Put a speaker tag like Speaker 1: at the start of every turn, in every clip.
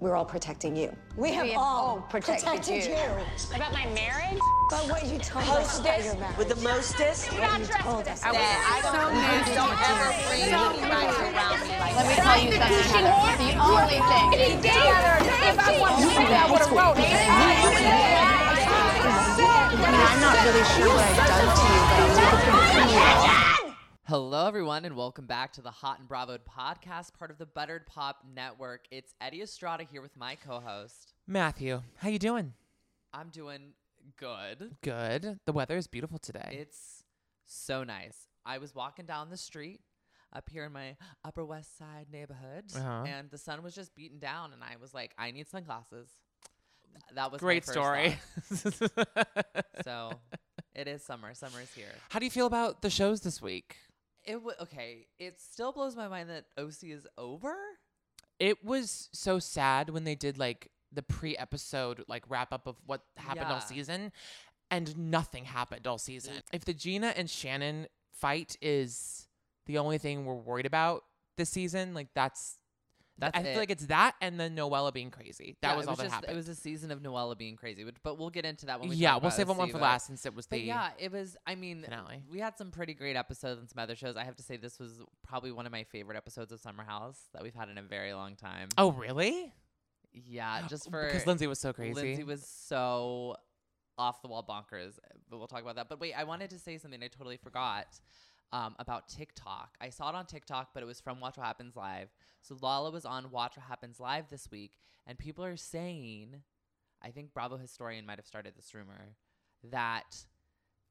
Speaker 1: we're all protecting you.
Speaker 2: We have,
Speaker 3: have
Speaker 2: all
Speaker 3: all protected
Speaker 2: protected
Speaker 3: you.
Speaker 2: you.
Speaker 3: About my marriage?
Speaker 2: But what you told us about
Speaker 4: Hostess
Speaker 2: your marriage.
Speaker 4: with the mostest.
Speaker 3: Not dressed for this.
Speaker 5: I don't, don't ever bring anybody around me like that.
Speaker 6: Let me tell you something, Heather. The only thing.
Speaker 3: If I want to say that, I would have wrote it.
Speaker 6: I'm not really sure what I've done to you, but I'm
Speaker 7: Hello, everyone, and welcome back to the Hot and Bravo podcast, part of the Buttered Pop Network. It's Eddie Estrada here with my co-host.
Speaker 8: Matthew, how you doing?
Speaker 7: I'm doing good.
Speaker 8: Good. The weather is beautiful today.
Speaker 7: It's so nice. I was walking down the street up here in my Upper West Side neighborhood,
Speaker 8: Uh-huh.
Speaker 7: and the sun was just beating down, and I was like, I need sunglasses. Th- That was my
Speaker 8: Great
Speaker 7: first
Speaker 8: story.
Speaker 7: thought. so it is summer. Summer's here.
Speaker 8: how do you feel about the shows this week?
Speaker 7: It w- okay. It still blows my mind that OC is over.
Speaker 8: It was so sad when they did like the pre-episode like wrap up of what happened all
Speaker 7: Yeah.
Speaker 8: season and nothing happened all season. If the Gina and Shannon fight is the only thing we're worried about this season, like that's
Speaker 7: That's
Speaker 8: I feel
Speaker 7: it.
Speaker 8: like it's that and then Noella being crazy. That
Speaker 7: Yeah,
Speaker 8: was
Speaker 7: it
Speaker 8: all that
Speaker 7: just,
Speaker 8: happened.
Speaker 7: It was a season of Noella being crazy, but, but we'll get into that when we
Speaker 8: yeah,
Speaker 7: talk
Speaker 8: we'll
Speaker 7: about
Speaker 8: save
Speaker 7: OC,
Speaker 8: one for
Speaker 7: but-
Speaker 8: last since it was the
Speaker 7: But yeah, it was. I mean,
Speaker 8: finale.
Speaker 7: we had some pretty great episodes and some other shows. I have to say, this was probably one of my favorite episodes of Summer House that we've had in a very long time.
Speaker 8: Oh, really?
Speaker 7: yeah, just for
Speaker 8: because Lindsay was so crazy.
Speaker 7: Lindsay was so off the wall bonkers, but we'll talk about that. But wait, I wanted to say something I totally forgot um, about TikTok. I saw it on TikTok, but it was from Watch What Happens Live. So Lala was on Watch What Happens Live this week, and people are saying, I think Bravo Historian might have started this rumor, that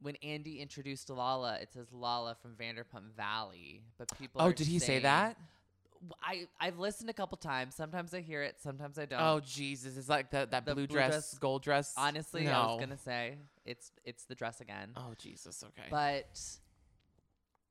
Speaker 7: when Andy introduced Lala, it says Lala from Vanderpump Valley. But people
Speaker 8: oh,
Speaker 7: are
Speaker 8: did he say
Speaker 7: saying-
Speaker 8: that?
Speaker 7: W- I, I've listened a couple times. Sometimes I hear it, sometimes I don't.
Speaker 8: Oh Jesus! It's like that that
Speaker 7: The
Speaker 8: blue
Speaker 7: blue
Speaker 8: dress,
Speaker 7: dress-
Speaker 8: gold dress.
Speaker 7: Honestly,
Speaker 8: no.
Speaker 7: I was gonna say it's it's the dress again,
Speaker 8: Oh Jesus! Okay.
Speaker 7: but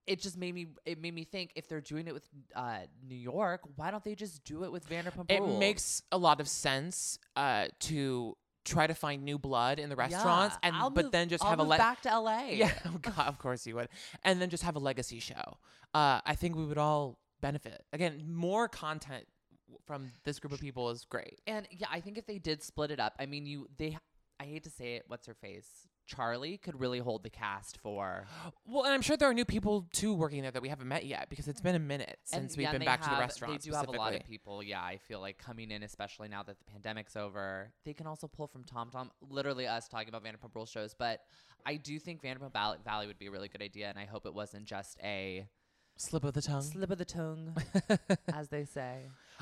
Speaker 7: it just made me it made me think if they're doing it with uh, New York, why don't they just do it with Vanderpump?
Speaker 8: it
Speaker 7: Rules?
Speaker 8: makes a lot of sense uh, to try to find new blood in the restaurants,
Speaker 7: Yeah,
Speaker 8: and
Speaker 7: I'll
Speaker 8: but
Speaker 7: move-
Speaker 8: then just
Speaker 7: I'll
Speaker 8: have a
Speaker 7: move
Speaker 8: le-
Speaker 7: back to L.A.
Speaker 8: Yeah, oh God, of course you would, and then just have a legacy show. Uh, I think we would all benefit. Again, more content w- from this group of people is great.
Speaker 7: and yeah, I think if they did split it up, I mean, you they I hate to say it, what's her face, Charlie could really hold the cast for.
Speaker 8: Well, and I'm sure there are new people too working there that we haven't met yet because it's been a minute
Speaker 7: And
Speaker 8: since we've
Speaker 7: yeah, and
Speaker 8: been
Speaker 7: they
Speaker 8: back to
Speaker 7: have-
Speaker 8: the restaurant.
Speaker 7: They do have a lot of
Speaker 8: specifically.
Speaker 7: people. Yeah, I feel like coming in, especially now that the pandemic's over, they can also pull from Tom Tom. Literally, us talking about Vanderpump Rules shows, but I do think Vanderpump Val- Valley would be a really good idea, and I hope it wasn't just a
Speaker 8: Slip of the tongue.
Speaker 7: slip of the tongue, as they say.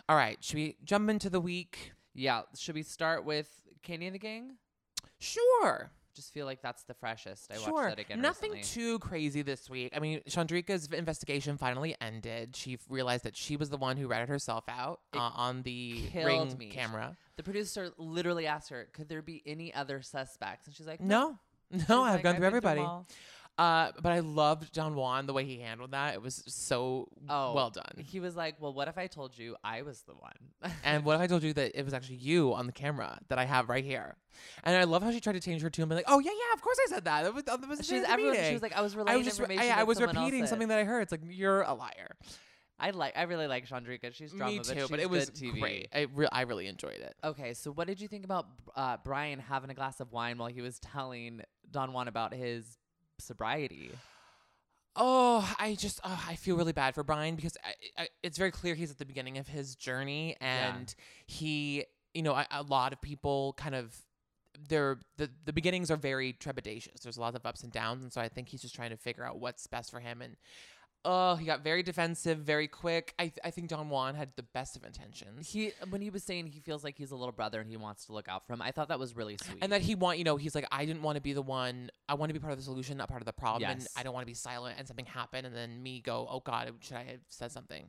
Speaker 8: All right, should we jump into the week?
Speaker 7: Yeah, should we start with Candy and the Gang?
Speaker 8: Sure.
Speaker 7: Just feel like that's the freshest. I
Speaker 8: sure.
Speaker 7: watched that again
Speaker 8: Nothing
Speaker 7: recently.
Speaker 8: too crazy this week. I mean, Chandrika's v- investigation finally ended. She f- realized that she was the one who ratted herself out
Speaker 7: It
Speaker 8: uh, on the
Speaker 7: killed
Speaker 8: ring
Speaker 7: me.
Speaker 8: camera.
Speaker 7: the producer literally asked her, "Could there be any other suspects?" And she's like,
Speaker 8: No, no,
Speaker 7: She's
Speaker 8: I've
Speaker 7: like,
Speaker 8: gone through
Speaker 7: been 'em
Speaker 8: everybody.
Speaker 7: all."
Speaker 8: Uh, but I loved Don Juan the way he handled that. It was so
Speaker 7: Oh,
Speaker 8: well done.
Speaker 7: He was like, "Well, what if I told you I was the one?"
Speaker 8: And what if I told you that it was actually you on the camera that I have right here? And I love how she tried to change her tune and be like, "Oh yeah, yeah, of course I said that." That was, that was
Speaker 7: she's
Speaker 8: the
Speaker 7: everyone. She
Speaker 8: meeting."
Speaker 7: was like, "I was
Speaker 8: I
Speaker 7: relaying
Speaker 8: was just, re-
Speaker 7: information."
Speaker 8: I, I
Speaker 7: that
Speaker 8: was
Speaker 7: someone else
Speaker 8: repeating
Speaker 7: said."
Speaker 8: something that I heard. It's like you're a liar.
Speaker 7: I like. I really like Chandrika. She's drama,
Speaker 8: Me too,
Speaker 7: but, she's
Speaker 8: but, it was
Speaker 7: good TV.
Speaker 8: great. I, re- I really enjoyed it.
Speaker 7: Okay, so what did you think about uh, Brian having a glass of wine while he was telling Don Juan about his sobriety?
Speaker 8: Oh, I just oh, I feel really bad for Brian because I, I, it's very clear he's at the beginning of his journey,
Speaker 7: Yeah.
Speaker 8: and he, you know, a, a lot of people kind of they're the the beginnings are very trepidatious. There's a lot of ups and downs, and so I think he's just trying to figure out what's best for him. And oh, he got very defensive, very quick. I I think Don Juan had the best of intentions.
Speaker 7: He when he was saying he feels like he's a little brother and he wants to look out for him. I thought that was really sweet.
Speaker 8: and that he want you know he's like i didn't want to be the one i want to be part of the solution not part of the problem and
Speaker 7: Yes.
Speaker 8: i don't want to be silent and something happen and then me go oh god should i have said something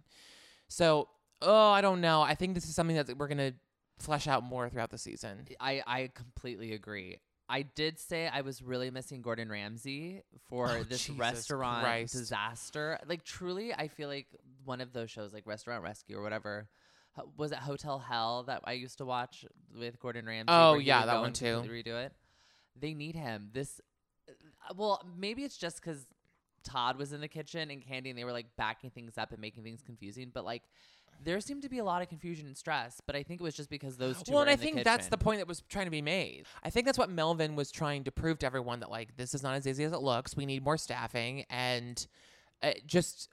Speaker 8: so oh i don't know i think this is something that we're gonna flesh out more throughout the season
Speaker 7: I I completely agree. I did say I was really missing Gordon Ramsay for
Speaker 8: Oh,
Speaker 7: this
Speaker 8: Jesus
Speaker 7: restaurant
Speaker 8: Christ.
Speaker 7: disaster. Like truly, I feel like one of those shows, like Restaurant Rescue or whatever, ho- was it Hotel Hell that I used to watch with Gordon Ramsay?
Speaker 8: Oh,
Speaker 7: where he
Speaker 8: yeah,
Speaker 7: would
Speaker 8: that
Speaker 7: go
Speaker 8: one
Speaker 7: and
Speaker 8: too.
Speaker 7: completely Redo it. They need him. This, uh, well, maybe it's just because Todd was in the kitchen and Candy, and they were like backing things up and making things confusing. But like, there seemed to be a lot of confusion and stress, but I think it was just because those two.
Speaker 8: well,
Speaker 7: were
Speaker 8: and I
Speaker 7: in the
Speaker 8: think that's the
Speaker 7: kitchen.
Speaker 8: point that was trying to be made. I think that's what Melvin was trying to prove to everyone that like this is not as easy as it looks. We need more staffing, and uh, just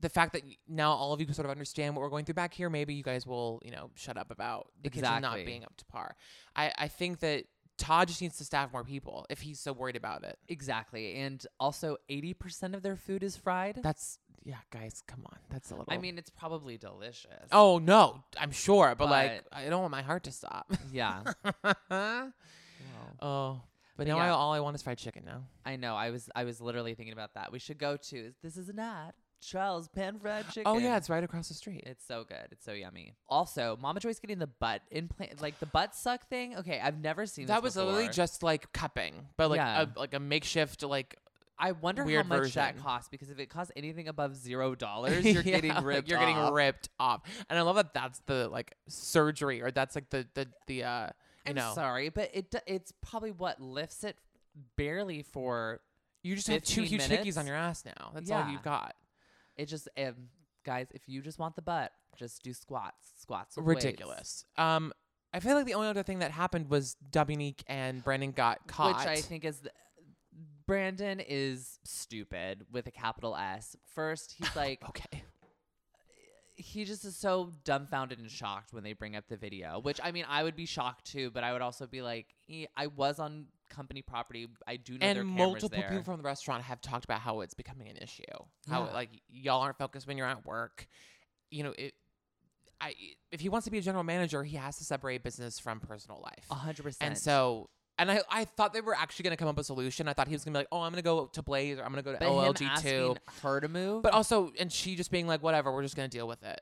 Speaker 8: the fact that now all of you sort of understand what we're going through back here. Maybe you guys will, you know, shut up about the kitchen not
Speaker 7: Exactly.
Speaker 8: being up to par. I I think that Todd just needs to staff more people if he's so worried about it.
Speaker 7: Exactly, and also eighty percent of their food is fried.
Speaker 8: That's yeah, guys, come on. That's a little.
Speaker 7: I mean, it's probably delicious.
Speaker 8: oh no, I'm sure, but, like
Speaker 7: But-
Speaker 8: I don't want my heart to stop.
Speaker 7: yeah.
Speaker 8: oh, but, now I,
Speaker 7: yeah.
Speaker 8: all I want is fried chicken now.
Speaker 7: I know. I was I was literally thinking about that. We should go to this is an ad. Charles pan fried chicken.
Speaker 8: Oh yeah, it's right across the street.
Speaker 7: It's so good. It's so yummy. Also, Mama Joy's getting the butt implant, like the butt suck thing. Okay, I've never seen
Speaker 8: that
Speaker 7: this
Speaker 8: was literally
Speaker 7: before.
Speaker 8: just like cupping, but like
Speaker 7: Yeah.
Speaker 8: a, like a makeshift like
Speaker 7: I wonder how
Speaker 8: weird
Speaker 7: much that
Speaker 8: version.
Speaker 7: costs because if it costs anything above zero dollars, you're
Speaker 8: Yeah,
Speaker 7: getting
Speaker 8: like,
Speaker 7: ripped.
Speaker 8: You're getting
Speaker 7: off.
Speaker 8: ripped off, and I love that that's the like surgery or that's like the the the uh you
Speaker 7: I'm
Speaker 8: know
Speaker 7: sorry, but it do- it's probably what lifts it barely for
Speaker 8: you just have two
Speaker 7: 15
Speaker 8: huge hickeys on
Speaker 7: minutes.
Speaker 8: your ass now. That's all
Speaker 7: Yeah.
Speaker 8: you've got.
Speaker 7: it. Just um, guys, if you just want the butt, just do squats. Squats. with weights.
Speaker 8: Ridiculous. Um, I feel like the only other thing that happened was Dominique and Brandon got caught.
Speaker 7: Which I think is th- Brandon is stupid with a capital S. First, he's like
Speaker 8: okay.
Speaker 7: he just is so dumbfounded and shocked when they bring up the video. Which I mean, I would be shocked too, but I would also be like, "Eh, I was on company property. I do know there are
Speaker 8: and
Speaker 7: cameras
Speaker 8: multiple
Speaker 7: there.
Speaker 8: people from the restaurant have talked about how it's becoming an issue. How
Speaker 7: Yeah.
Speaker 8: like y'all aren't focused when you're at work. You know, it, I if he wants to be a general manager, he has to separate business from personal life.
Speaker 7: A hundred percent.
Speaker 8: and so, and I I thought they were actually gonna come up with a solution. I thought he was gonna be like, oh, I'm gonna go to Blaze or I'm gonna go to
Speaker 7: but him
Speaker 8: OLG
Speaker 7: asking
Speaker 8: two.
Speaker 7: her to move.
Speaker 8: But also, and she just being like, whatever, we're just gonna deal with it.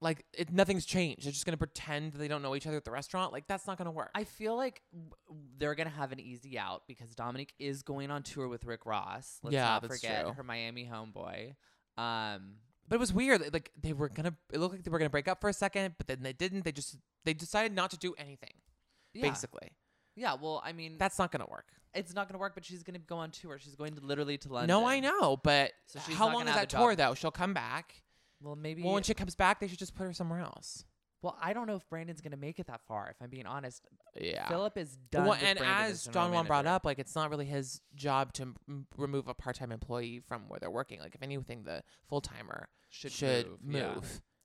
Speaker 8: Like it, nothing's changed. They're just gonna pretend that they don't know each other at the restaurant. Like that's not gonna work.
Speaker 7: I feel like w- w- they're gonna have an easy out because Dominic is going on tour with Rick Ross. Let's
Speaker 8: Yeah,
Speaker 7: not
Speaker 8: that's
Speaker 7: forget
Speaker 8: true.
Speaker 7: her Miami homeboy. Um,
Speaker 8: But it was weird. that, Like they were gonna. It looked like they were gonna break up for a second, but then they didn't. They just they decided not to do anything.
Speaker 7: yeah.
Speaker 8: Basically,
Speaker 7: Yeah, well, I mean,
Speaker 8: that's not gonna work.
Speaker 7: it's not going to work, but she's going to go on tour. She's going to literally to London.
Speaker 8: No, I know, but
Speaker 7: So she's
Speaker 8: how
Speaker 7: not
Speaker 8: long
Speaker 7: gonna
Speaker 8: is
Speaker 7: have
Speaker 8: that
Speaker 7: a job.
Speaker 8: tour though? She'll come back.
Speaker 7: Well, maybe.
Speaker 8: Well, when she comes back, they should just put her somewhere else.
Speaker 7: well, I don't know if Brandon's going to make it that far, if I'm being honest.
Speaker 8: Yeah.
Speaker 7: Philip is done.
Speaker 8: Well,
Speaker 7: with
Speaker 8: and
Speaker 7: Brandon
Speaker 8: as
Speaker 7: general
Speaker 8: Don Juan brought
Speaker 7: manager.
Speaker 8: up, like it's not really his job to m- remove a part-time employee from where they're working. Like if anything, the full-timer should, move.
Speaker 7: yeah.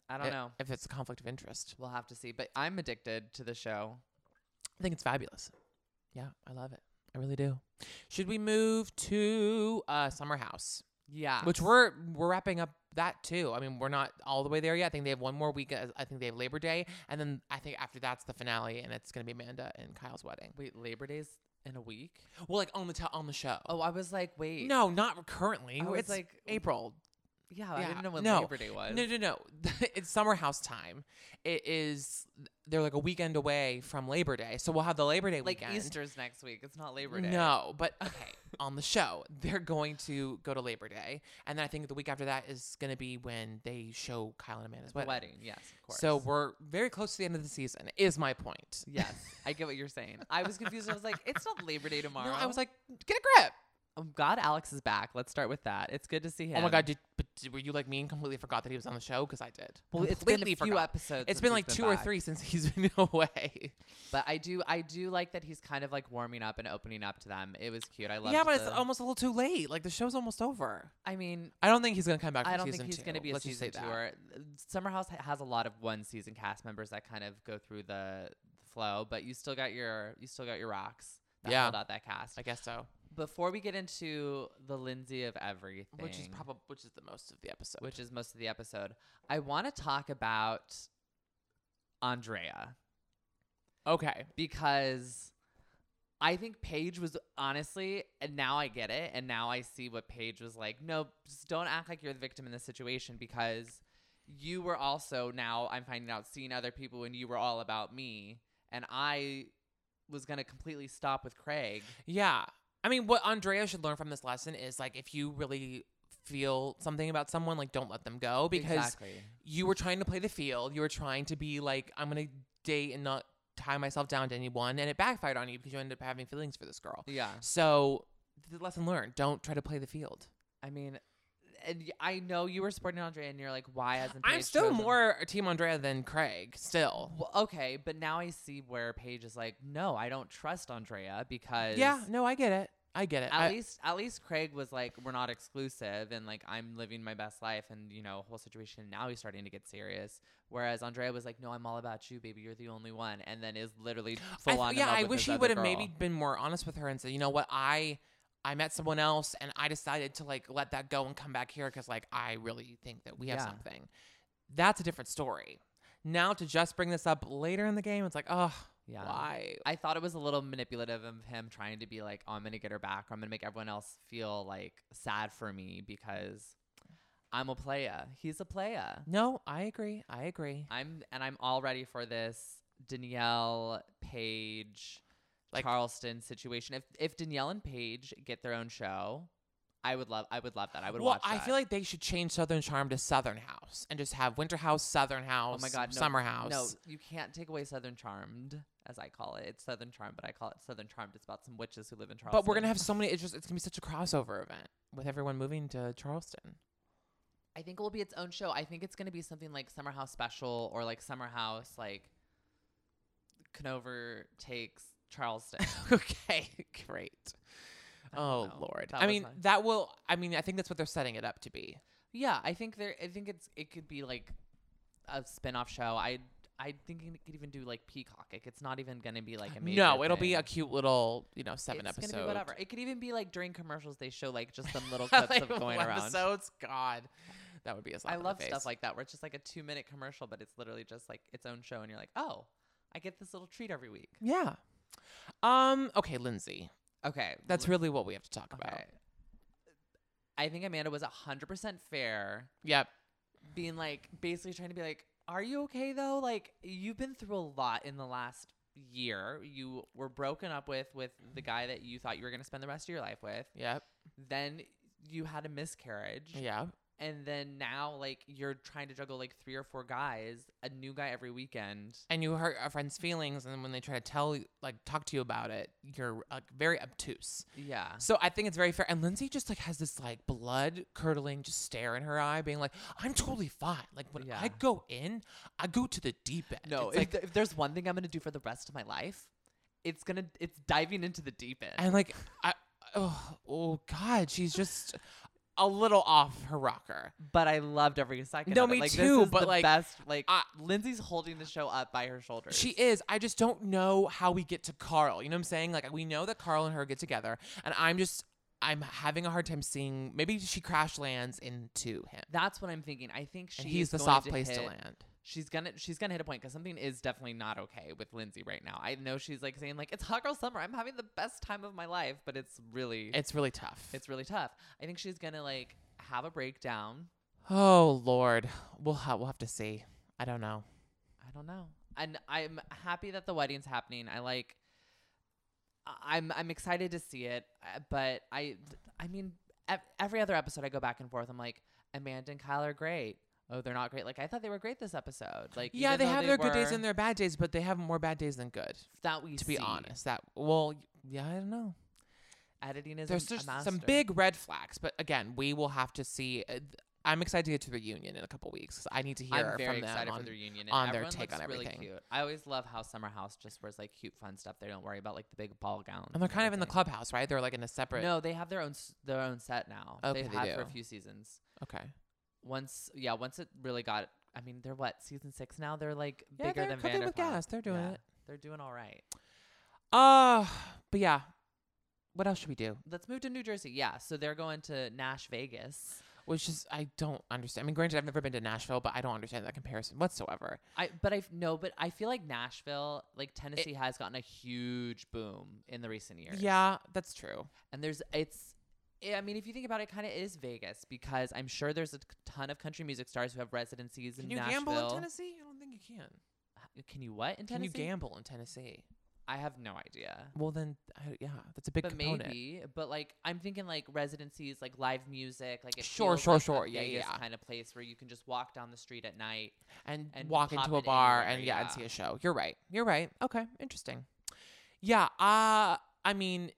Speaker 7: I don't
Speaker 8: i-
Speaker 7: know.
Speaker 8: if it's a conflict of interest.
Speaker 7: We'll have to see. But I'm addicted to the show.
Speaker 8: I think it's fabulous. Yeah, I love it. I really do. Should we move to uh, Summer House,
Speaker 7: Yeah.
Speaker 8: which we're we're wrapping up that too? I mean, we're not all the way there yet. I think they have one more week. uh, I think they have Labor Day, and then I think after that's the finale, and it's gonna be Amanda and Kyle's wedding.
Speaker 7: Wait, Labor Day's in a week?
Speaker 8: Well, like on the tel- on the show.
Speaker 7: Oh, I was like, wait.
Speaker 8: no, not currently.
Speaker 7: I was
Speaker 8: it's
Speaker 7: like,
Speaker 8: like April.
Speaker 7: Yeah, I
Speaker 8: Yeah,
Speaker 7: didn't know when
Speaker 8: no.
Speaker 7: Labor Day was.
Speaker 8: No, no, no. it's summer house time. It is. They're like a weekend away from Labor Day, so we'll have the Labor Day
Speaker 7: Like
Speaker 8: weekend.
Speaker 7: Easter's next week. It's not Labor Day.
Speaker 8: No, but okay. on the show, they're going to go to Labor Day, and then I think the week after that is going to be when they show Kyle and Amanda's
Speaker 7: The
Speaker 8: wedding.
Speaker 7: wedding. Yes, of course.
Speaker 8: So we're very close to the end of the season. Is my point?
Speaker 7: yes, I get what you're saying. I was confused. I was like, it's not Labor Day
Speaker 8: No,
Speaker 7: tomorrow.
Speaker 8: I was like, get a grip.
Speaker 7: I'm glad "Oh, Alex is back. Let's start with that. It's good to see him.
Speaker 8: Oh my god, did, but did- were you like me and completely forgot that he was on the show? Because I did.
Speaker 7: Well, it's been a
Speaker 8: completely
Speaker 7: few
Speaker 8: forgot.
Speaker 7: episodes
Speaker 8: It's
Speaker 7: since
Speaker 8: been
Speaker 7: he's
Speaker 8: like
Speaker 7: been
Speaker 8: two or
Speaker 7: back.
Speaker 8: three since he's been away.
Speaker 7: But I do, I do like that he's kind of like warming up and opening up to them. It was cute. I love.
Speaker 8: yeah, but it's almost a little too late. Like the show's almost over.
Speaker 7: I mean,
Speaker 8: I don't think he's gonna come back. For
Speaker 7: I don't
Speaker 8: season
Speaker 7: think he's
Speaker 8: two.
Speaker 7: going to be a
Speaker 8: Let's just say
Speaker 7: season
Speaker 8: that.
Speaker 7: tour. Summer House ha- has a lot of one season cast members that kind of go through the, the flow, but you still got your, you still got your rocks. That
Speaker 8: Yeah.
Speaker 7: held out that cast.
Speaker 8: I guess so.
Speaker 7: Before we get into the Lindsay of everything,
Speaker 8: Which is probably which is the most of the episode.
Speaker 7: which is most of the episode, I want to talk about Andrea.
Speaker 8: okay.
Speaker 7: because I think Paige was honestly, and now I get it, and now I see what Paige was like. No, just don't act like you're the victim in this situation because you were also now I'm finding out seeing other people, and you were all about me, and I was gonna completely stop with Craig.
Speaker 8: Yeah. I mean, what Andrea should learn from this lesson is like if you really feel something about someone, like don't let them go because
Speaker 7: exactly.
Speaker 8: you were trying to play the field. You were trying to be like, I'm going to date and not tie myself down to anyone. And it backfired on you because you ended up having feelings for this girl.
Speaker 7: yeah.
Speaker 8: So, the lesson learned don't try to play the field.
Speaker 7: I mean, and y- I know you were supporting Andrea, and you're like, why hasn't Paige
Speaker 8: I'm still
Speaker 7: chosen-
Speaker 8: more Team Andrea than Craig. Still.
Speaker 7: Well, okay, but now I see where Paige is like, no, I don't trust Andrea because
Speaker 8: Yeah. No, I get it. I get it.
Speaker 7: at
Speaker 8: I-
Speaker 7: least at least Craig was like, we're not exclusive, and like I'm living my best life, and you know whole situation. Now he's starting to get serious. Whereas Andrea was like, no, I'm all about you, baby. You're the only one, and then is literally
Speaker 8: I
Speaker 7: full
Speaker 8: th-
Speaker 7: on. in
Speaker 8: Yeah,
Speaker 7: love
Speaker 8: I
Speaker 7: with
Speaker 8: wish
Speaker 7: this
Speaker 8: he
Speaker 7: other
Speaker 8: would have
Speaker 7: girl.
Speaker 8: maybe been more honest with her and said, you know what, I I met someone else and I decided to like let that go and come back here because like I really think that we have
Speaker 7: Yeah.
Speaker 8: something. That's a different story. Now to just bring this up later in the game, it's like, oh,
Speaker 7: Yeah.
Speaker 8: why?
Speaker 7: I thought it was a little manipulative of him trying to be like, oh, I'm going to get her back. Or I'm going to make everyone else feel like sad for me because I'm a playa. He's a playa.
Speaker 8: No, I agree. I agree.
Speaker 7: I'm, and I'm all ready for this Danielle, Paige,
Speaker 8: Like-
Speaker 7: Charleston situation. If, if Danielle and Paige get their own show, I would love, I would love that. I would
Speaker 8: well,
Speaker 7: watch
Speaker 8: I
Speaker 7: that.
Speaker 8: feel like they should change Southern Charm to Southern House and just have Winter House, Southern House,
Speaker 7: Oh my God! No,
Speaker 8: Summer House.
Speaker 7: No, you can't take away Southern Charmed, as I call it. It's Southern Charm, but I call it Southern Charmed. It's about some witches who live in Charleston.
Speaker 8: but we're gonna have so many. It's just it's gonna be such a crossover event with everyone moving to Charleston.
Speaker 7: I think it will be its own show. I think it's going to be something like Summer House Special or like Summer House, like Canover takes Charleston.
Speaker 8: okay, great.
Speaker 7: I don't
Speaker 8: Oh
Speaker 7: know.
Speaker 8: lord.
Speaker 7: That
Speaker 8: I
Speaker 7: was
Speaker 8: mean,
Speaker 7: my-
Speaker 8: that will. I mean, I think that's what they're setting it up to be.
Speaker 7: yeah, I think there. I think it's it could be like a spin-off show. I I think it could even do like Peacock. Like it's not even going to be like a major
Speaker 8: no, it'll be a
Speaker 7: thing.
Speaker 8: cute little, you know, seven
Speaker 7: it's
Speaker 8: episode.
Speaker 7: gonna be whatever. It could even be like during commercials they show like just some little clips
Speaker 8: Like,
Speaker 7: of going
Speaker 8: little
Speaker 7: around.
Speaker 8: Episodes. God, that would be a slap
Speaker 7: I
Speaker 8: in the
Speaker 7: love
Speaker 8: face.
Speaker 7: stuff like that where it's just like a two-minute commercial, but it's literally just like its own show, and you're like, oh, I get this little treat every week.
Speaker 8: Yeah. Um. Okay, Lindsay.
Speaker 7: Okay,
Speaker 8: That's really what we have to talk about.
Speaker 7: Okay. I think Amanda was 100% fair,
Speaker 8: Yep.
Speaker 7: being like, basically trying to be like, are you okay though? Like, you've been through a lot in the last year. You were broken up with with the guy that you thought you were going to spend the rest of your life with.
Speaker 8: Yep.
Speaker 7: Then you had a miscarriage.
Speaker 8: Yeah.
Speaker 7: And then now, like, you're trying to juggle like three or four guys, a new guy every weekend.
Speaker 8: And you hurt our friend's feelings, and when they try to tell, you- like, talk to you about it, you're like very obtuse.
Speaker 7: Yeah.
Speaker 8: So I think it's very fair. And Lindsay just like has this like blood curdling just stare in her eye, being like, I'm totally fine. Like when
Speaker 7: Yeah.
Speaker 8: I go in, I go to the deep end.
Speaker 7: No,
Speaker 8: It's
Speaker 7: if,
Speaker 8: like
Speaker 7: th- if there's one thing I'm going to do for the rest of my life, it's going to, it's diving into the deep end.
Speaker 8: and like I oh, oh God, she's just a little off her rocker.
Speaker 7: but I loved every second.
Speaker 8: No,
Speaker 7: of it.
Speaker 8: me
Speaker 7: like,
Speaker 8: too,
Speaker 7: This is
Speaker 8: but,
Speaker 7: the
Speaker 8: like,
Speaker 7: best. Like
Speaker 8: I-
Speaker 7: Lindsay's holding the show up by her shoulders.
Speaker 8: She is. I just don't know how we get to Carl. You know what I'm saying? Like we know that Carl and her get together, and I'm just I'm having a hard time seeing maybe she crash lands into him.
Speaker 7: That's what I'm thinking. I think she
Speaker 8: and he's
Speaker 7: is
Speaker 8: the
Speaker 7: going
Speaker 8: soft
Speaker 7: to
Speaker 8: place to
Speaker 7: hit-
Speaker 8: land.
Speaker 7: She's gonna she's gonna hit a point because something is definitely not okay with Lindsay right now. I know she's like saying like it's hot girl summer. I'm having the best time of my life, but it's really it's,
Speaker 8: It's really tough.
Speaker 7: really tough. I think she's gonna like have a breakdown.
Speaker 8: Oh Lord, we'll ha- we'll have to see. I don't know.
Speaker 7: I don't know. And I'm happy that the wedding's happening. I like. I- I'm I'm excited to see it, uh, but I I mean ev- every other episode I go back and forth. I'm like Amanda and Kyle are great. Oh, they're not great. Like I thought they were great this episode. Like
Speaker 8: Yeah,
Speaker 7: even
Speaker 8: they
Speaker 7: though
Speaker 8: have their good days
Speaker 7: were-
Speaker 8: and their bad days, but they have more bad days than good.
Speaker 7: that we
Speaker 8: To be
Speaker 7: see.
Speaker 8: honest, that well, y- yeah, I don't know.
Speaker 7: editing is
Speaker 8: There's
Speaker 7: a, a
Speaker 8: just some
Speaker 7: master.
Speaker 8: big red flags, but again, we will have to see. uh, th- I'm excited to get to the reunion in a couple weeks 'cause I need to hear
Speaker 7: I'm very
Speaker 8: from them.
Speaker 7: excited
Speaker 8: on-
Speaker 7: for the reunion. And
Speaker 8: on their
Speaker 7: everyone
Speaker 8: take
Speaker 7: looks
Speaker 8: on everything.
Speaker 7: Really cute. I always love how Summer House just wears like cute fun stuff. They don't worry about like the big ball gowns.
Speaker 8: and they're kind of in the
Speaker 7: everything.
Speaker 8: clubhouse, right? They're like in a separate.
Speaker 7: No, they have their own s- their own set now.
Speaker 8: Okay,
Speaker 7: They've
Speaker 8: they
Speaker 7: had for a
Speaker 8: do.
Speaker 7: few seasons.
Speaker 8: Okay.
Speaker 7: Once, yeah, once it really got. I mean, they're what season six now. They're like
Speaker 8: Yeah,
Speaker 7: bigger
Speaker 8: they're
Speaker 7: than
Speaker 8: cooking
Speaker 7: Vanderpump.
Speaker 8: with gas. They're doing
Speaker 7: Yeah,
Speaker 8: it.
Speaker 7: They're doing all right.
Speaker 8: Uh but yeah. What else should we do?
Speaker 7: Let's move to New Jersey. Yeah, so they're going to Nash, Vegas.
Speaker 8: Which is I don't understand. I mean, granted, I've never been to Nashville, but I don't understand that comparison whatsoever.
Speaker 7: I but I no, but I feel like Nashville, like Tennessee, has gotten a huge boom in the recent years.
Speaker 8: Yeah, that's true.
Speaker 7: and there's it's i I mean, if you think about it, it kind of is Vegas because I'm sure there's a c- ton of country music stars who have residencies in
Speaker 8: Can you
Speaker 7: Nashville.
Speaker 8: gamble in Tennessee? I don't think you can.
Speaker 7: H- Can you what in
Speaker 8: Can
Speaker 7: Tennessee?
Speaker 8: you gamble in Tennessee?
Speaker 7: I have no idea.
Speaker 8: Well, then, I, yeah, that's a big
Speaker 7: but
Speaker 8: component.
Speaker 7: maybe but like i'm thinking like residencies like live music like it
Speaker 8: Sure,
Speaker 7: feels
Speaker 8: sure,
Speaker 7: like
Speaker 8: sure.
Speaker 7: a
Speaker 8: Yeah,
Speaker 7: Vegas
Speaker 8: yeah.
Speaker 7: kind of place where you can just walk down the street at night
Speaker 8: And,
Speaker 7: and
Speaker 8: walk
Speaker 7: pop
Speaker 8: into a
Speaker 7: it
Speaker 8: bar
Speaker 7: anywhere,
Speaker 8: and yeah, and
Speaker 7: yeah.
Speaker 8: see a show. You're right. You're right. Okay, interesting. Yeah, uh, I mean,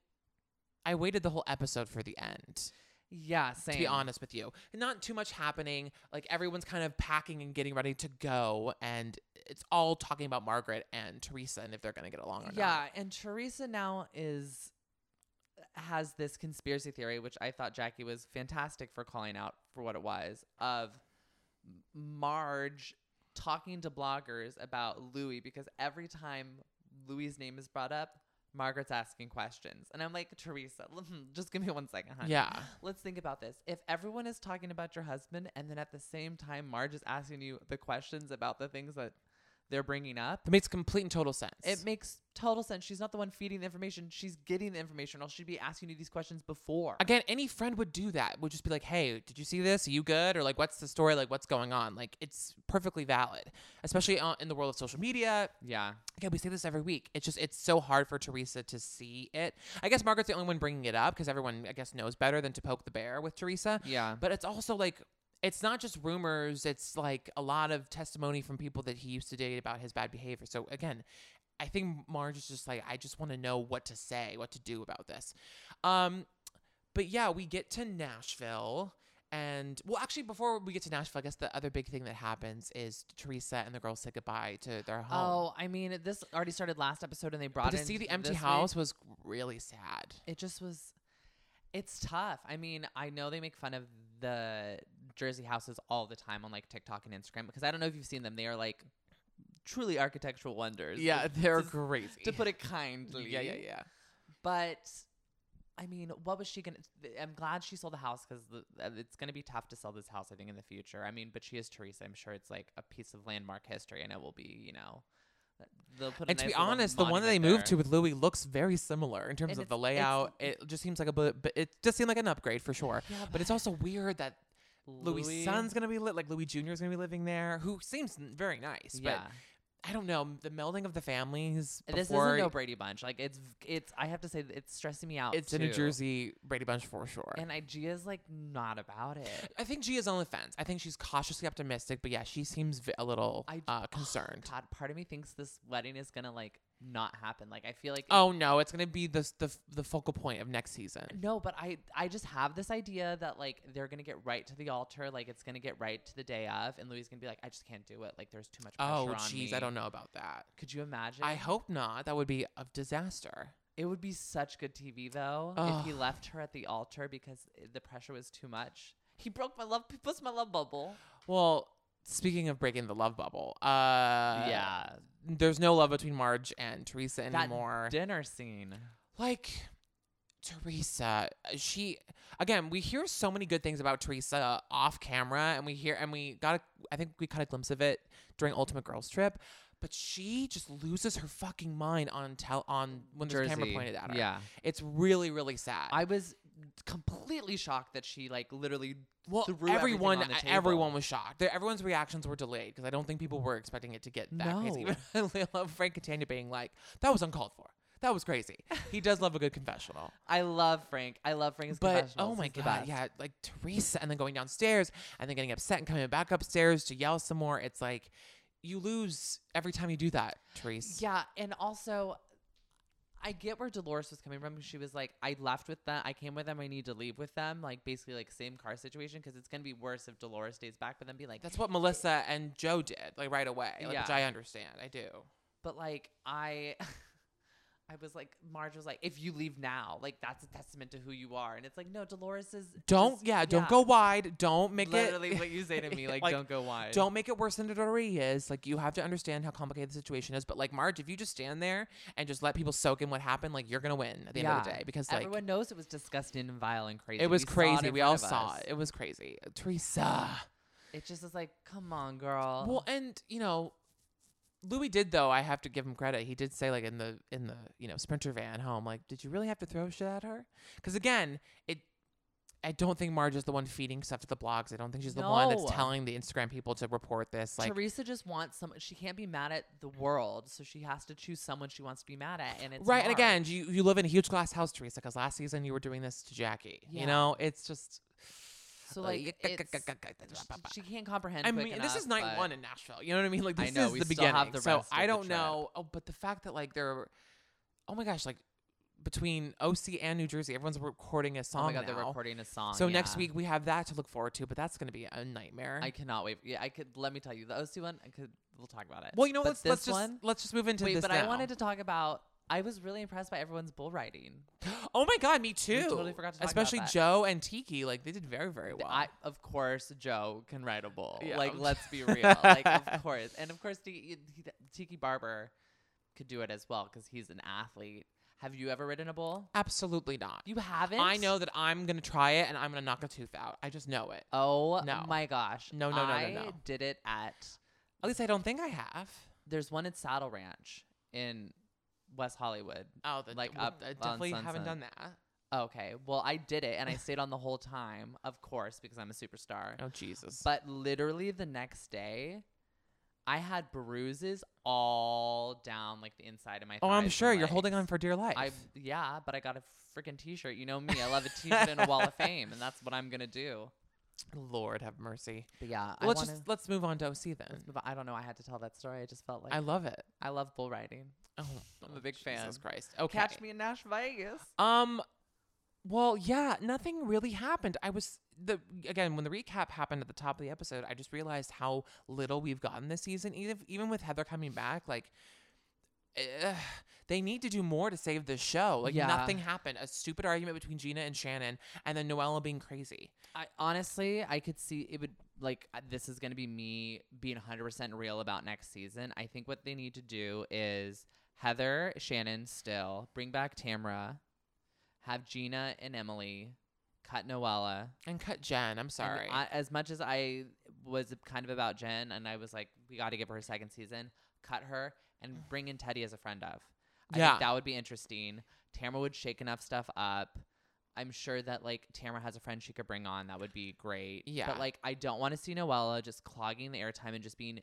Speaker 8: I waited the whole episode for the end.
Speaker 7: Yeah, same.
Speaker 8: to be honest with you. Not too much happening. Like everyone's kind of packing and getting ready to go, and it's all talking about Margaret and Teresa and if they're gonna get along or
Speaker 7: Yeah, and Teresa now is has this conspiracy theory, which I thought Jackie was fantastic for calling out for what it was of Marge talking to bloggers about Louis because every time Louis's name is brought up, Margaret's asking questions, and I'm like Teresa, just give me one second,
Speaker 8: not.
Speaker 7: honey.
Speaker 8: Yeah.
Speaker 7: Let's think about this. If everyone is talking about your husband, and then at the same time, Marge is asking you the questions about the things that they're bringing up,
Speaker 8: It makes complete and total sense.
Speaker 7: it makes total sense. She's not the one feeding the information. She's getting the information. Or she'd be asking you these questions before.
Speaker 8: Again, any friend would do that. Would just be like, "Hey, did you see this? Are you good?" Or like, "What's the story? Like, what's going on?" Like, it's perfectly valid, especially on, in the world of social media.
Speaker 7: yeah.
Speaker 8: Again, we say this every week. It's just it's so hard for Teresa to see it. I guess Margaret's the only one bringing it up because everyone, I guess, knows better than to poke the bear with Teresa.
Speaker 7: Yeah.
Speaker 8: But it's also like it's not just rumors, it's like a lot of testimony from people that he used to date about his bad behavior. So again, I think Marge is just like, I just want to know what to say, what to do about this. Um, but yeah, we get to Nashville. And well, actually, before we get to Nashville, I guess the other big thing that happens is Teresa and the girls say goodbye to their home.
Speaker 7: Oh, I mean, this already started last episode, and they
Speaker 8: but
Speaker 7: brought
Speaker 8: to
Speaker 7: in
Speaker 8: see the
Speaker 7: th-
Speaker 8: empty
Speaker 7: this week.
Speaker 8: house was really sad.
Speaker 7: It just was. It's tough. I mean, I know they make fun of the Jersey houses all the time on like TikTok and Instagram because I don't know if you've seen them. They are like truly architectural wonders.
Speaker 8: they're
Speaker 7: to-
Speaker 8: crazy.
Speaker 7: to put it kindly.
Speaker 8: yeah, yeah, yeah.
Speaker 7: But I mean, what was she gonna? th- I'm glad she sold the house because it's gonna be tough to sell this house, I think, in the future. I mean, but she is Teresa. I'm sure it's like a piece of landmark history, and it will be, you know, th- they'll put. a
Speaker 8: and to
Speaker 7: nice
Speaker 8: be
Speaker 7: little
Speaker 8: honest, the one that they
Speaker 7: monument
Speaker 8: moved to
Speaker 7: there.
Speaker 8: with Louis looks very similar in terms
Speaker 7: And
Speaker 8: of the
Speaker 7: it's- it's-
Speaker 8: layout. It just seems like a bit, but it does seem like an upgrade for sure.
Speaker 7: Yeah,
Speaker 8: but it's also weird that Louis' son's gonna be lit, like Louis Junior is gonna be living there, who seems n- very nice.
Speaker 7: Yeah,
Speaker 8: But I don't know the melding of the families.
Speaker 7: And this
Speaker 8: before-
Speaker 7: isn't no Brady Bunch. Like it's it's. I have to say, that it's stressing me out.
Speaker 8: It's a New
Speaker 7: too.
Speaker 8: Jersey Brady Bunch for sure.
Speaker 7: and Igea's like not about it.
Speaker 8: I think Gia's on the fence. I think she's cautiously optimistic, but yeah, she seems v- a little
Speaker 7: I j-
Speaker 8: uh,
Speaker 7: oh,
Speaker 8: concerned.
Speaker 7: God, part of me thinks this wedding is gonna like not happen. Like I feel like it-
Speaker 8: Oh no, it's gonna be the s- the f- the focal point of next season.
Speaker 7: No, but I I just have this idea that like they're gonna get right to the altar, like it's gonna get right to the day of, and Louis is gonna be like, I just can't do it. Like there's too much pressure
Speaker 8: Oh
Speaker 7: on
Speaker 8: jeez,
Speaker 7: me."
Speaker 8: I don't know about that.
Speaker 7: Could you imagine?
Speaker 8: I hope not. That would be a disaster.
Speaker 7: it would be such good TV though if he
Speaker 8: Ugh.
Speaker 7: left her at the altar because i- the pressure was too much. He broke my love, he bust my love bubble.
Speaker 8: Well, speaking of breaking the love bubble, uh, yeah,
Speaker 7: yeah,
Speaker 8: there's no love between Marge and Teresa
Speaker 7: that
Speaker 8: anymore.
Speaker 7: dinner scene.
Speaker 8: like Teresa, she again, we hear so many good things about Teresa off camera, and we hear and we got a, I think we caught a glimpse of it during Ultimate Girls Trip. But she just loses her fucking mind on tell on when the camera
Speaker 7: Jersey.
Speaker 8: pointed at her.
Speaker 7: Yeah,
Speaker 8: it's really really sad.
Speaker 7: I was completely shocked that she like literally
Speaker 8: Well,
Speaker 7: threw everything
Speaker 8: everyone, uh,
Speaker 7: on the table.
Speaker 8: everyone was shocked. Their, everyone's reactions were delayed because I don't think people were expecting it to get that crazy.
Speaker 7: No.
Speaker 8: I love Frank and Tanya being like, "That was uncalled for. That was crazy." He does love a good confessional,
Speaker 7: I love Frank. I love Frank's
Speaker 8: but oh
Speaker 7: confessionals.
Speaker 8: my
Speaker 7: He's the
Speaker 8: god,
Speaker 7: best.
Speaker 8: yeah, like Teresa, and then going downstairs and then getting upset and coming back upstairs to yell some more. It's like you lose every time you do that, Teresa.
Speaker 7: Yeah, and also I get where Dolores was coming from. She was like, I left with them, I came with them, I need to leave with them. Like basically like same car situation because it's gonna be worse if Dolores stays back, but then be like
Speaker 8: That's what Melissa and Joe did, like right away, like, which
Speaker 7: Yeah.
Speaker 8: I understand. I do.
Speaker 7: but like I I was like Marge was like, if you leave now, like that's a testament to who you are. And it's like, no, Dolores is
Speaker 8: Don't,
Speaker 7: just-
Speaker 8: yeah, don't go wide. Don't make it
Speaker 7: literally what you say to me, like,
Speaker 8: Like,
Speaker 7: don't go wide.
Speaker 8: Don't make it worse than it already is. Like you have to understand how complicated the situation is. But like Marge, if you just stand there and just let people soak in what happened, like you're gonna win at the end of the
Speaker 7: Yeah.
Speaker 8: day because like
Speaker 7: everyone knows it was disgusting and vile and crazy.
Speaker 8: it was
Speaker 7: We saw
Speaker 8: crazy.
Speaker 7: in
Speaker 8: we
Speaker 7: front
Speaker 8: all
Speaker 7: of
Speaker 8: saw
Speaker 7: us.
Speaker 8: it. It was crazy. Teresa.
Speaker 7: It just is like, come on, girl.
Speaker 8: Well, and you know, Louis did though. I have to give him credit. He did say like in the in the you know sprinter van home, like, did you really have to throw shit at her? Because again, it. I don't think Marge is the one feeding stuff to the blogs. I don't think she's the one that's
Speaker 7: No.
Speaker 8: telling the Instagram people to report this. Like,
Speaker 7: Teresa just wants some. She can't be mad at the world, so she has to choose someone she wants to be mad at, and it's
Speaker 8: right. And
Speaker 7: Marge.
Speaker 8: again, you, you live in a huge glass house, Teresa, because last season you were doing this to Jackie.
Speaker 7: Yeah.
Speaker 8: You know, it's just.
Speaker 7: So, like, it's- she, she can't comprehend.
Speaker 8: I
Speaker 7: quick
Speaker 8: mean, this is
Speaker 7: enough,
Speaker 8: night
Speaker 7: but-
Speaker 8: one in Nashville. You know what I mean? Like,
Speaker 7: I
Speaker 8: this
Speaker 7: know,
Speaker 8: is
Speaker 7: we
Speaker 8: the
Speaker 7: still
Speaker 8: beginning.
Speaker 7: have the
Speaker 8: so
Speaker 7: rest of
Speaker 8: I
Speaker 7: the
Speaker 8: don't
Speaker 7: trip.
Speaker 8: know. Oh, but the fact that like they're, oh my gosh, like between OC and New Jersey, everyone's recording a song
Speaker 7: oh my god, they're
Speaker 8: now.
Speaker 7: recording a song.
Speaker 8: So next
Speaker 7: yeah.
Speaker 8: week we have that to look forward to, but that's going to be a nightmare.
Speaker 7: I cannot wait. Yeah, I could. Let me tell you, the OC one. I could. We'll talk about it.
Speaker 8: well, you know,
Speaker 7: But
Speaker 8: let's let's
Speaker 7: this
Speaker 8: just
Speaker 7: one-
Speaker 8: let's just move into
Speaker 7: Wait,
Speaker 8: this.
Speaker 7: but I
Speaker 8: now.
Speaker 7: wanted to talk about. I was really impressed by everyone's bull riding.
Speaker 8: Oh my god, me too.
Speaker 7: totally forgot to talk about
Speaker 8: Especially
Speaker 7: that.
Speaker 8: Joe and Tiki, like they did very very well.
Speaker 7: I, of course, Joe can ride a bull.
Speaker 8: Yeah.
Speaker 7: Like, let's be real. like, of course, and of course, Tiki, Tiki Barber could do it as well because he's an athlete. Have you ever ridden a bull?
Speaker 8: Absolutely not.
Speaker 7: You haven't.
Speaker 8: I know that I'm gonna try it and I'm gonna knock a tooth out. I just know it.
Speaker 7: Oh
Speaker 8: No.
Speaker 7: my gosh!
Speaker 8: No, no, no, no,
Speaker 7: I
Speaker 8: no.
Speaker 7: Did it at
Speaker 8: At least I don't think I have.
Speaker 7: there's one at Saddle Ranch in West Hollywood.
Speaker 8: Oh, the,
Speaker 7: Like,
Speaker 8: well,
Speaker 7: up
Speaker 8: I
Speaker 7: on
Speaker 8: definitely haven't
Speaker 7: Sunset.
Speaker 8: done that.
Speaker 7: Okay, well I did it and I stayed on the whole time, of course, because I'm a superstar.
Speaker 8: Oh Jesus.
Speaker 7: But literally the next day, I had bruises all down like the inside of my.
Speaker 8: oh,
Speaker 7: thighs
Speaker 8: I'm
Speaker 7: and
Speaker 8: sure you're holding on
Speaker 7: legs.
Speaker 8: for dear life.
Speaker 7: I yeah, but I got a freaking T-shirt. You know me. I love a T-shirt and a wall of fame, and that's what I'm gonna do.
Speaker 8: Lord have mercy.
Speaker 7: But yeah, I
Speaker 8: let's
Speaker 7: wanna,
Speaker 8: just let's move on to OC then.
Speaker 7: let's move on. I don't know. I had to tell that story. I just felt like
Speaker 8: I love it.
Speaker 7: I love bull riding.
Speaker 8: Oh,
Speaker 7: I'm a big fan.
Speaker 8: Jesus Christ. Okay.
Speaker 7: Catch me in Nash Vegas.
Speaker 8: Um, well, yeah, nothing really happened. I was the again when the recap happened at the top of the episode, I just realized how little we've gotten this season. Even even with Heather coming back, like. eh, they need to do more to save this show. Like
Speaker 7: Yeah.
Speaker 8: nothing happened. A stupid argument between Gina and Shannon, and then Noella being crazy.
Speaker 7: I honestly, I could see it would like uh, this is going to be me being 100% real about next season. I think what they need to do is Heather, Shannon still, bring back Tamra, have Gina and Emily cut Noella.
Speaker 8: And cut Jen. I'm
Speaker 7: And
Speaker 8: sorry.
Speaker 7: I, as much as I was kind of about Jen and I was like we got to give her a second season, cut her and bring in Teddy as a friend of. I
Speaker 8: Mm. Yeah.
Speaker 7: think that would be interesting. Tamra would shake enough stuff up. I'm sure that like Tamra has a friend she could bring on. That would be great.
Speaker 8: Yeah.
Speaker 7: But like I don't want to see Noella just clogging the airtime and just being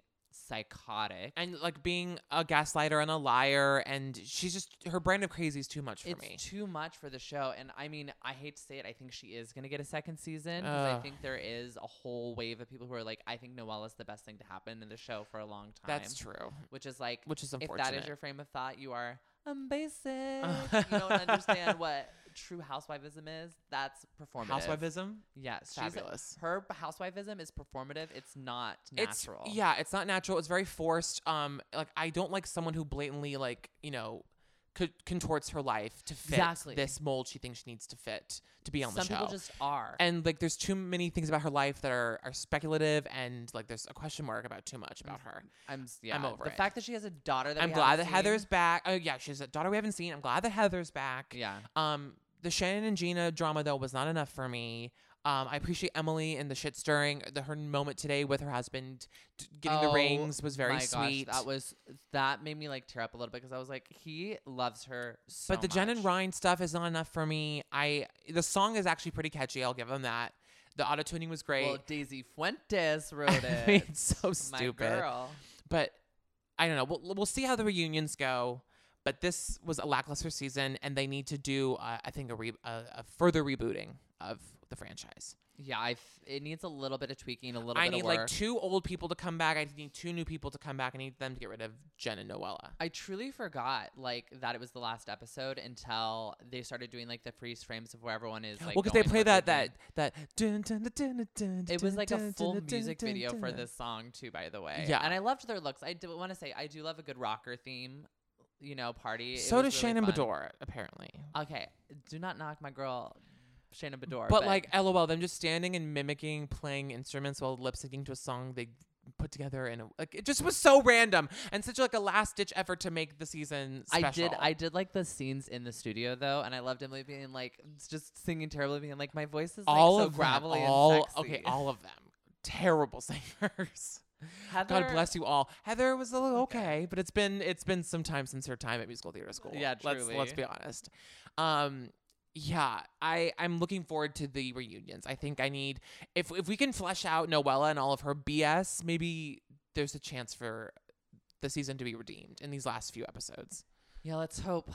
Speaker 7: psychotic.
Speaker 8: and like being a gaslighter and a liar, and she's just her brand of crazy is too much for
Speaker 7: it's
Speaker 8: me.
Speaker 7: too much for the show. And I mean, I hate to say it, I think she is going to get a second season 'cause I
Speaker 8: Ugh.
Speaker 7: think there is a whole wave of people who are like, I think Noella's the best thing to happen in the show for a long time.
Speaker 8: That's true.
Speaker 7: Which is like,
Speaker 8: Which is
Speaker 7: if
Speaker 8: unfortunate.
Speaker 7: that is your frame of thought, you are I'm basic. you don't understand what true housewivism is. That's performative.
Speaker 8: housewivism.
Speaker 7: Yes. she's-
Speaker 8: Fabulous.
Speaker 7: her housewivism is performative. It's not natural.
Speaker 8: It's, yeah, it's not natural. It's very forced. Um, like I don't like someone who blatantly like you know co- contorts her life to fit
Speaker 7: Exactly.
Speaker 8: this mold she thinks she needs to fit to be on
Speaker 7: Some
Speaker 8: the show.
Speaker 7: people just are.
Speaker 8: and like, there's too many things about her life that are are speculative, and like, there's a question mark about too much
Speaker 7: Mm,
Speaker 8: about her.
Speaker 7: I'm, s- yeah.
Speaker 8: over
Speaker 7: the
Speaker 8: it.
Speaker 7: fact that she has a daughter that
Speaker 8: I'm
Speaker 7: we
Speaker 8: glad that
Speaker 7: haven't
Speaker 8: Heather's
Speaker 7: seen-
Speaker 8: back. Oh yeah, she's a daughter we haven't seen. I'm glad that Heather's back.
Speaker 7: Yeah.
Speaker 8: Um, the Shannon and Gina drama though was not enough for me. Um, I appreciate Emily and the shit stirring. The, her moment today with her husband t- getting the
Speaker 7: Oh
Speaker 8: rings was very
Speaker 7: my gosh,
Speaker 8: sweet.
Speaker 7: that was that made me like tear up a little bit because I was like, he loves her so.
Speaker 8: but the Jen and
Speaker 7: much.
Speaker 8: Ryan stuff is not enough for me. I the song is actually pretty catchy. I'll give them that. The auto tuning was great.
Speaker 7: Well, Daisy Fuentes wrote
Speaker 8: I
Speaker 7: it.
Speaker 8: mean, it's so
Speaker 7: my
Speaker 8: stupid.
Speaker 7: girl.
Speaker 8: But I don't know. We'll we'll see how the reunions go. But this was a lackluster season, and they need to do uh, I think a, re- a, a further rebooting of the franchise.
Speaker 7: Yeah, I. F- it needs a little bit of tweaking, a little
Speaker 8: I
Speaker 7: bit
Speaker 8: need
Speaker 7: of work.
Speaker 8: like two old people to come back. I need two new people to come back. I need them to get rid of Jen and Noella.
Speaker 7: I truly forgot like that it was the last episode until they started doing like the freeze frames of where everyone is like.
Speaker 8: well, because they
Speaker 7: going,
Speaker 8: play
Speaker 7: what they're doing.
Speaker 8: that that that. dun, dun, dun, dun, dun, dun,
Speaker 7: It was like a
Speaker 8: dun,
Speaker 7: full
Speaker 8: dun, dun,
Speaker 7: music
Speaker 8: dun,
Speaker 7: video for
Speaker 8: dun.
Speaker 7: this song too, by the way.
Speaker 8: Yeah.
Speaker 7: and I loved their looks. I do want to say I do love a good rocker theme, you know, party. It
Speaker 8: So
Speaker 7: was
Speaker 8: does
Speaker 7: really
Speaker 8: Shannon
Speaker 7: fun.
Speaker 8: Bedore apparently.
Speaker 7: Okay, do not knock my girl, Shannon Bedore.
Speaker 8: But like, lol, them just standing and mimicking playing instruments while lip syncing to a song they put together in a like it just was so random and such like a last ditch effort to make the season special.
Speaker 7: I did, I did like the scenes in the studio though, and I loved Emily being like just singing terribly, being like, my voice is
Speaker 8: all
Speaker 7: like, so
Speaker 8: of them,
Speaker 7: gravelly
Speaker 8: all
Speaker 7: and sexy.
Speaker 8: okay, all of them terrible singers.
Speaker 7: Heather,
Speaker 8: God bless you all. Heather was a little okay,
Speaker 7: Okay.
Speaker 8: but it's been it's been some time since her time at musical theater school.
Speaker 7: Yeah,
Speaker 8: Let's let's
Speaker 7: truly.
Speaker 8: be honest. Um yeah, I I'm looking forward to the reunions. I think I need if if we can flesh out Noella and all of her BS, maybe there's a chance for the season to be redeemed in these last few episodes.
Speaker 7: Yeah, let's hope,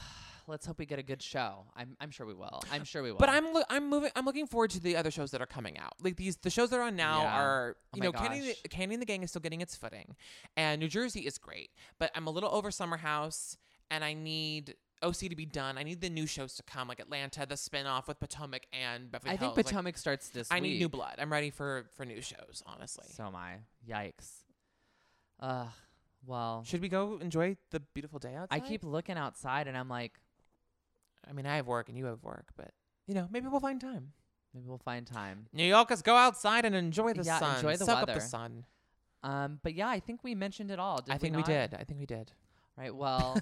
Speaker 7: let's hope we get a good show. I'm, I'm sure we will. I'm sure we will.
Speaker 8: But I'm loo- I'm moving I'm looking forward to the other shows that are coming out. Like these the shows that are on now
Speaker 7: Yeah.
Speaker 8: are
Speaker 7: Oh
Speaker 8: you
Speaker 7: my
Speaker 8: know Candy, and
Speaker 7: gosh.
Speaker 8: the, Candy and the Gang is still getting its footing, and New Jersey is great. But I'm a little over Summer House, and I need OC to be done. I need the new shows to come, like Atlanta, the spinoff with Potomac and
Speaker 7: I
Speaker 8: Beverly
Speaker 7: think
Speaker 8: Hills. Like,
Speaker 7: Potomac starts this
Speaker 8: I need new
Speaker 7: week.
Speaker 8: blood. I'm ready for for new shows, honestly.
Speaker 7: So am I. Yikes. Ugh. Well,
Speaker 8: Should we go enjoy the beautiful day outside?
Speaker 7: I keep looking outside and I'm like,
Speaker 8: I mean, I have work and you have work, but you know, maybe we'll find time.
Speaker 7: maybe we'll find time.
Speaker 8: New Yorkers, go outside and enjoy the
Speaker 7: Yeah,
Speaker 8: sun.
Speaker 7: enjoy the
Speaker 8: Soak up
Speaker 7: weather.
Speaker 8: the sun.
Speaker 7: Um, but yeah, I think we mentioned it all. Did
Speaker 8: I think we
Speaker 7: not?
Speaker 8: did. I think we did.
Speaker 7: Right. Well,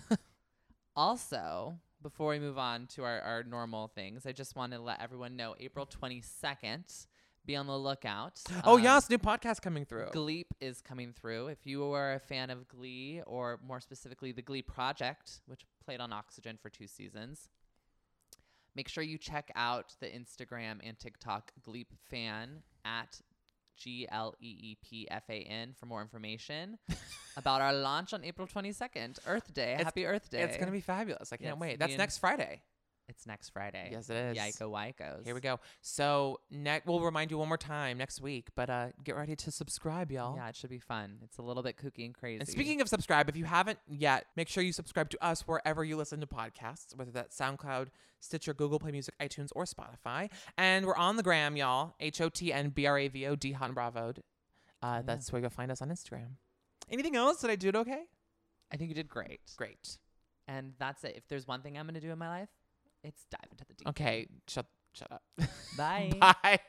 Speaker 7: also, before we move on to our, our normal things, I just want to let everyone know April 22nd, be on the lookout.
Speaker 8: oh
Speaker 7: Um,
Speaker 8: yes, new podcast coming through.
Speaker 7: Gleep is coming through. If you are a fan of Glee, or more specifically the Glee Project, which played on Oxygen for two seasons, make sure you check out the Instagram and TikTok Gleep fan at G L E E P F A N for more information about our launch on April 22nd, Earth Day.
Speaker 8: It's-
Speaker 7: Happy Earth Day.
Speaker 8: It's gonna be fabulous. I can't
Speaker 7: Yes, me
Speaker 8: wait. That's
Speaker 7: and-
Speaker 8: next Friday.
Speaker 7: It's next Friday. oh,
Speaker 8: Yes, it is.
Speaker 7: Yiko Wikos.
Speaker 8: Here we go. So next, we'll remind you one more time next week. But uh, get ready to subscribe, y'all.
Speaker 7: Yeah, it should be fun. It's a little bit kooky and crazy.
Speaker 8: And speaking of subscribe, if you haven't yet, make sure you subscribe to us wherever you listen to podcasts, whether that's SoundCloud, Stitcher, Google Play Music, iTunes, or Spotify. And we're on the gram, y'all. H O T N B R A V O D Hot and Bravoed. Uh, That's where you'll find us on Instagram. Anything else? Did I do it okay?
Speaker 7: I think you did great.
Speaker 8: Great.
Speaker 7: And that's it. If there's one thing I'm going to do in my life, it's dive into the deep. end.
Speaker 8: Okay. Shut shut up.
Speaker 7: Bye.
Speaker 8: Bye.